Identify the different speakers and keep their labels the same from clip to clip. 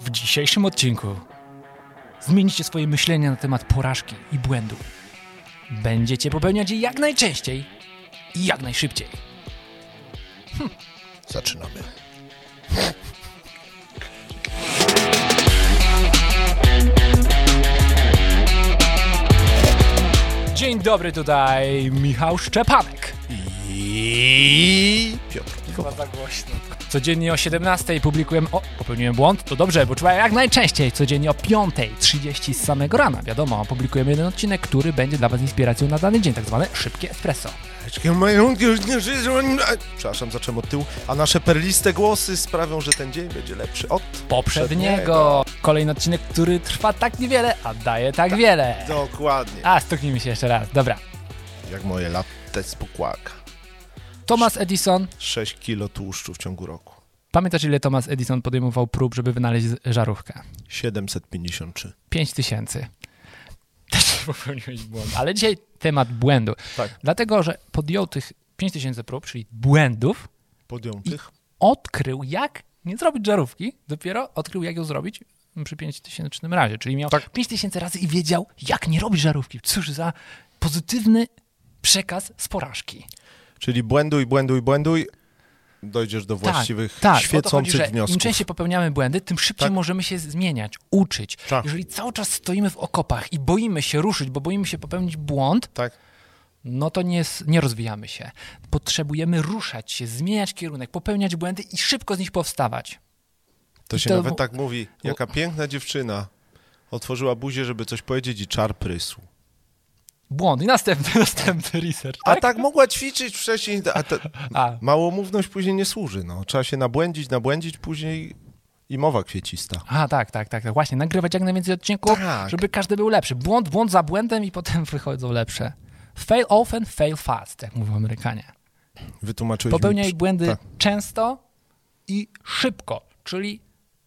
Speaker 1: W dzisiejszym odcinku zmienicie swoje myślenie na temat porażki i błędu. Będziecie popełniać je jak najczęściej i jak najszybciej.
Speaker 2: Zaczynamy.
Speaker 1: Dzień dobry, tutaj Michał Szczepanek.
Speaker 2: I Piotr.
Speaker 1: Chyba za głośno. Codziennie o 17 publikuję... O, popełniłem błąd? To dobrze, bo trzeba jak najczęściej. Codziennie o 5.30 z samego rana. Wiadomo, publikujemy jeden odcinek, który będzie dla Was inspiracją na dany dzień, tak zwane szybkie espresso.
Speaker 2: Czekaj, majątki już nie żyją. ani- a- Przepraszam, zacząłem od tyłu. A nasze perliste głosy sprawią, że ten dzień będzie lepszy od...
Speaker 1: poprzedniego. Kolejny odcinek, który trwa tak niewiele, a daje tak wiele.
Speaker 2: Dokładnie.
Speaker 1: A, stuknijmy się jeszcze raz. Dobra.
Speaker 2: Jak moje latte z pukłaka.
Speaker 1: Thomas Edison.
Speaker 2: 6 kilo tłuszczu w ciągu roku.
Speaker 1: Pamiętasz, ile Thomas Edison podejmował prób, żeby wynaleźć żarówkę?
Speaker 2: 753.
Speaker 1: 5000. Też popełniłeś błąd. Ale dzisiaj temat błędu.
Speaker 2: Tak.
Speaker 1: Dlatego, że podjął tych 5000 prób, czyli błędów,
Speaker 2: Podjątych?
Speaker 1: odkrył, jak nie zrobić żarówki, dopiero odkrył, jak ją zrobić przy 5000 razie. Czyli miał
Speaker 2: Tak.
Speaker 1: 5000 razy i wiedział, jak nie robić żarówki. Cóż za pozytywny przekaz z porażki.
Speaker 2: Czyli błęduj, błęduj, błęduj. Dojdziesz do
Speaker 1: tak,
Speaker 2: właściwych,
Speaker 1: tak. o to chodzi,
Speaker 2: świecących
Speaker 1: że Im
Speaker 2: wniosków.
Speaker 1: częściej popełniamy błędy, tym szybciej
Speaker 2: Tak.
Speaker 1: możemy się zmieniać, uczyć.
Speaker 2: Tak.
Speaker 1: Jeżeli cały czas stoimy w okopach i boimy się ruszyć, bo boimy się popełnić błąd,
Speaker 2: Tak.
Speaker 1: no to nie, s- nie rozwijamy się. Potrzebujemy ruszać się, zmieniać kierunek, popełniać błędy i szybko z nich powstawać.
Speaker 2: To się
Speaker 1: to-
Speaker 2: nawet tak mówi. Jaka piękna dziewczyna otworzyła buzię, żeby coś powiedzieć i czar prysł.
Speaker 1: Błąd. I następny, następny research.
Speaker 2: A tak mogła ćwiczyć wcześniej. A ta...
Speaker 1: A.
Speaker 2: Małomówność później nie służy. No. Trzeba się nabłędzić, nabłędzić później i mowa kwiecista.
Speaker 1: A, tak, tak, tak, tak. Właśnie, nagrywać jak najwięcej odcinków,
Speaker 2: Tak.
Speaker 1: żeby każdy był lepszy. Błąd, błąd za błędem i potem wychodzą lepsze. Fail often, fail fast, jak mówią Amerykanie.
Speaker 2: Wytłumaczyłeś
Speaker 1: Popełniaj
Speaker 2: mi...
Speaker 1: błędy
Speaker 2: Tak.
Speaker 1: często i szybko, czyli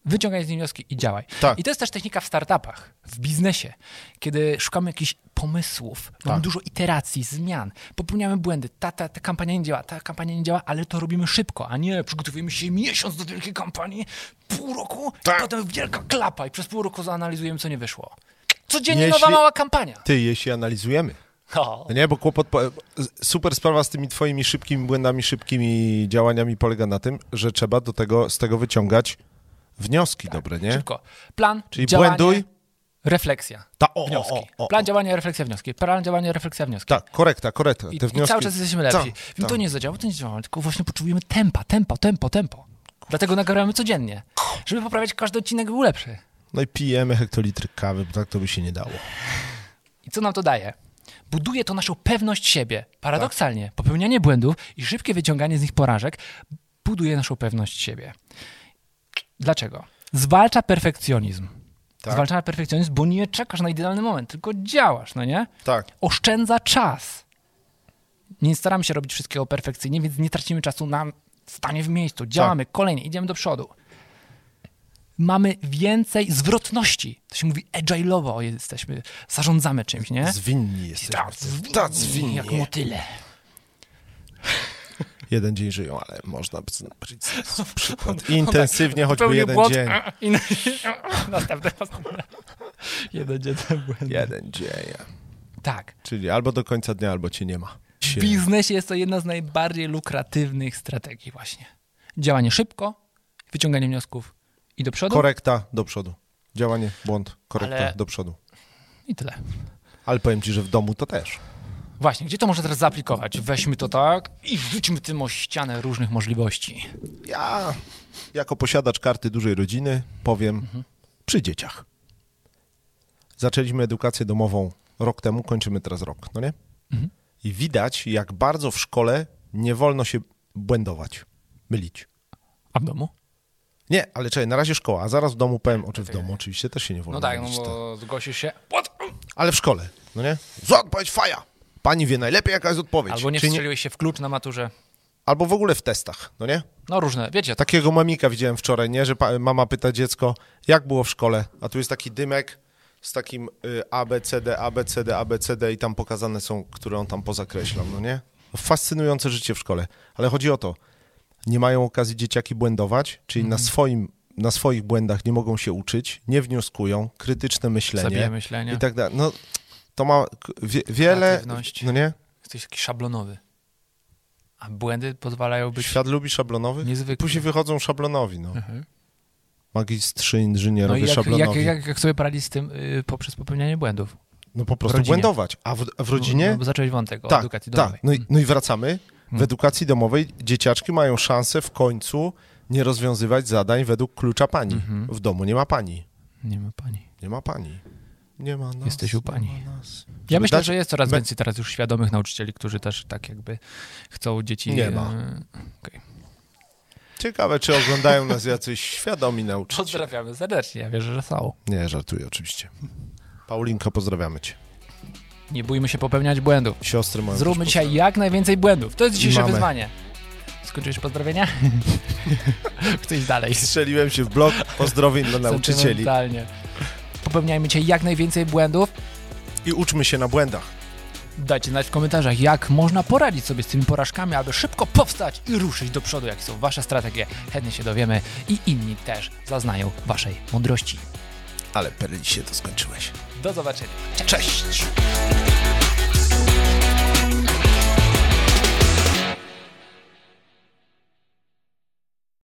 Speaker 1: wyciągaj z nich wnioski i działaj.
Speaker 2: Tak.
Speaker 1: I to jest też technika w startupach, w biznesie, kiedy szukamy jakichś pomysłów, mamy
Speaker 2: Tak.
Speaker 1: dużo iteracji, zmian, popełniamy błędy, ta, ta, ta kampania nie działa, ta kampania nie działa, ale to robimy szybko, a nie przygotowujemy się miesiąc do wielkiej kampanii, pół roku,
Speaker 2: Tak.
Speaker 1: i potem wielka klapa i przez pół roku zanalizujemy, co nie wyszło. Codziennie
Speaker 2: Jeśli-
Speaker 1: nowa mała kampania.
Speaker 2: Ty, jeśli analizujemy.
Speaker 1: O,
Speaker 2: No nie, bo kłopot. Po... Super sprawa z tymi twoimi szybkimi błędami, szybkimi działaniami polega na tym, że trzeba do tego, z tego wyciągać wnioski dobre, nie?
Speaker 1: Tak, szybko. Plan,
Speaker 2: Czyli
Speaker 1: działanie,
Speaker 2: błęduj.
Speaker 1: Refleksja.
Speaker 2: Ta, o,
Speaker 1: wnioski.
Speaker 2: o, o, o.
Speaker 1: Plan działania, refleksja, wnioski. Plan działania, refleksja, wnioski.
Speaker 2: Tak, korekta, korekta.
Speaker 1: I,
Speaker 2: Te wnioski...
Speaker 1: I cały czas jesteśmy lepsi.
Speaker 2: Tak,
Speaker 1: Wiem, to
Speaker 2: tak.
Speaker 1: nie zadziałało, to nie zadziałało, tylko właśnie potrzebujemy tempa, tempa, tempo, tempo. Dlatego nagrywamy codziennie, żeby poprawiać każdy odcinek był lepszy.
Speaker 2: No i pijemy hektolitry kawy, bo tak to by się nie dało.
Speaker 1: I co nam to daje? Buduje to naszą pewność siebie. Paradoksalnie, popełnianie błędów i szybkie wyciąganie z nich porażek buduje naszą pewność siebie. Dlaczego? Zwalcza perfekcjonizm.
Speaker 2: Tak.
Speaker 1: Zwalcza perfekcjonizm, bo nie czekasz na idealny moment, tylko działasz, no nie?
Speaker 2: Tak.
Speaker 1: oszczędza czas. Nie staramy się robić wszystkiego perfekcyjnie, więc nie tracimy czasu na stanie w miejscu. Działamy, kolejnie, idziemy do przodu. Mamy więcej zwrotności. To się mówi agile'owo jesteśmy, zarządzamy czymś, nie?
Speaker 2: Zwinni jesteśmy.
Speaker 1: Tak, zwinnie,
Speaker 2: Tak, zwinni.
Speaker 1: Jak motyle.
Speaker 2: Jeden dzień żyją, ale można by zobaczyć przykład. Intensywnie choćby
Speaker 1: Popełnił
Speaker 2: jeden
Speaker 1: błąd,
Speaker 2: dzień.
Speaker 1: I no- następny, następny. Jeden dzień błędu.
Speaker 2: Jeden dzień.
Speaker 1: Tak.
Speaker 2: Czyli albo do końca dnia, albo cię nie ma.
Speaker 1: W biznesie jest to jedna z najbardziej lukratywnych strategii właśnie. Działanie szybko, wyciąganie wniosków i do przodu
Speaker 2: Korekta do przodu. Działanie, błąd, korekta
Speaker 1: Ale-
Speaker 2: do przodu.
Speaker 1: i tyle.
Speaker 2: Ale powiem ci, że w domu to też.
Speaker 1: Właśnie, gdzie to można teraz zaaplikować? Weźmy to tak i rzućmy tym o ścianę różnych możliwości.
Speaker 2: Ja, jako posiadacz karty dużej rodziny, powiem
Speaker 1: Mhm.
Speaker 2: przy dzieciach. Zaczęliśmy edukację domową rok temu, kończymy teraz rok, no nie?
Speaker 1: Mhm.
Speaker 2: I widać, jak bardzo w szkole nie wolno się błędować, mylić.
Speaker 1: A w domu?
Speaker 2: Nie, ale czekaj, na razie szkoła, a zaraz w domu powiem, oczy w domu oczywiście też się nie wolno
Speaker 1: No tak, no
Speaker 2: mylić, tak.
Speaker 1: bo zgłosisz się. What?
Speaker 2: Ale w szkole, no nie? Zła odpowiedź faja! Pani wie najlepiej, jaka jest odpowiedź.
Speaker 1: Albo nie
Speaker 2: Czy
Speaker 1: strzeliłeś się w klucz na maturze.
Speaker 2: Albo w ogóle w testach, no nie?
Speaker 1: No różne, wiecie, tak.
Speaker 2: Takiego mamika widziałem wczoraj, nie? Że pa- mama pyta dziecko, jak było w szkole, a tu jest taki dymek z takim y, A, B, C, D, A, B, C, D, A, B, C, D i tam pokazane są, które on tam pozakreślał, no nie?
Speaker 1: Mhm.
Speaker 2: Fascynujące życie w szkole, ale chodzi o to, nie mają okazji dzieciaki błędować, czyli na swoim na swoich błędach nie mogą się uczyć, nie wnioskują, krytyczne myślenie
Speaker 1: Zabije myślenie.
Speaker 2: i tak dalej. No, to ma k- wie, wiele.
Speaker 1: Kreatywność.
Speaker 2: No nie?
Speaker 1: Jesteś taki szablonowy. A błędy pozwalają być
Speaker 2: Świat lubi szablonowych?
Speaker 1: niezwykłe.
Speaker 2: Później wychodzą szablonowi. No.
Speaker 1: Mhm.
Speaker 2: Magistrzy
Speaker 1: No
Speaker 2: inżynierowie
Speaker 1: i jak, jak,
Speaker 2: szablonowi.
Speaker 1: jak, jak sobie poradzić z tym y, poprzez popełnianie błędów?
Speaker 2: no po prostu
Speaker 1: rodzinie.
Speaker 2: błędować. A w, a w rodzinie?
Speaker 1: No, bo zacząłeś wątek o
Speaker 2: tak,
Speaker 1: edukacji domowej. Hmm.
Speaker 2: tak. No, i, no i wracamy. W edukacji domowej dzieciaczki mają szansę w końcu nie rozwiązywać zadań według klucza pani.
Speaker 1: Mhm.
Speaker 2: W domu nie ma pani.
Speaker 1: Nie ma pani.
Speaker 2: Nie ma pani. Nie ma nas.
Speaker 1: Jesteś u pani.
Speaker 2: Nie ma nas.
Speaker 1: Ja
Speaker 2: Żeby
Speaker 1: myślę,
Speaker 2: dać-
Speaker 1: że jest coraz
Speaker 2: be-
Speaker 1: więcej teraz już świadomych nauczycieli, którzy też tak jakby chcą dzieci...
Speaker 2: Nie ma.
Speaker 1: y,
Speaker 2: Ciekawe, czy oglądają nas jacyś świadomi nauczyciele.
Speaker 1: Pozdrawiamy serdecznie, ja wierzę, że są.
Speaker 2: Nie, żartuję oczywiście. Paulinko, pozdrawiamy cię.
Speaker 1: Nie bójmy się popełniać błędów.
Speaker 2: Siostry mają
Speaker 1: Zróbmy
Speaker 2: też
Speaker 1: dzisiaj jak najwięcej błędów. To jest dzisiejsze
Speaker 2: Mamy.
Speaker 1: wyzwanie. Skończyłeś pozdrowienia? Chcę iść dalej.
Speaker 2: pozdrawiamy. Strzeliłem się w blok pozdrowień dla nauczycieli.
Speaker 1: Sentymentalnie. Popełniajmy dzisiaj jak najwięcej błędów.
Speaker 2: I uczmy się na błędach.
Speaker 1: Dajcie znać w komentarzach, jak można poradzić sobie z tymi porażkami, aby szybko powstać i ruszyć do przodu, jakie są Wasze strategie. Chętnie się dowiemy i inni też zaznają Waszej mądrości.
Speaker 2: Ale perliście to skończyłeś.
Speaker 1: Do zobaczenia.
Speaker 2: Cześć.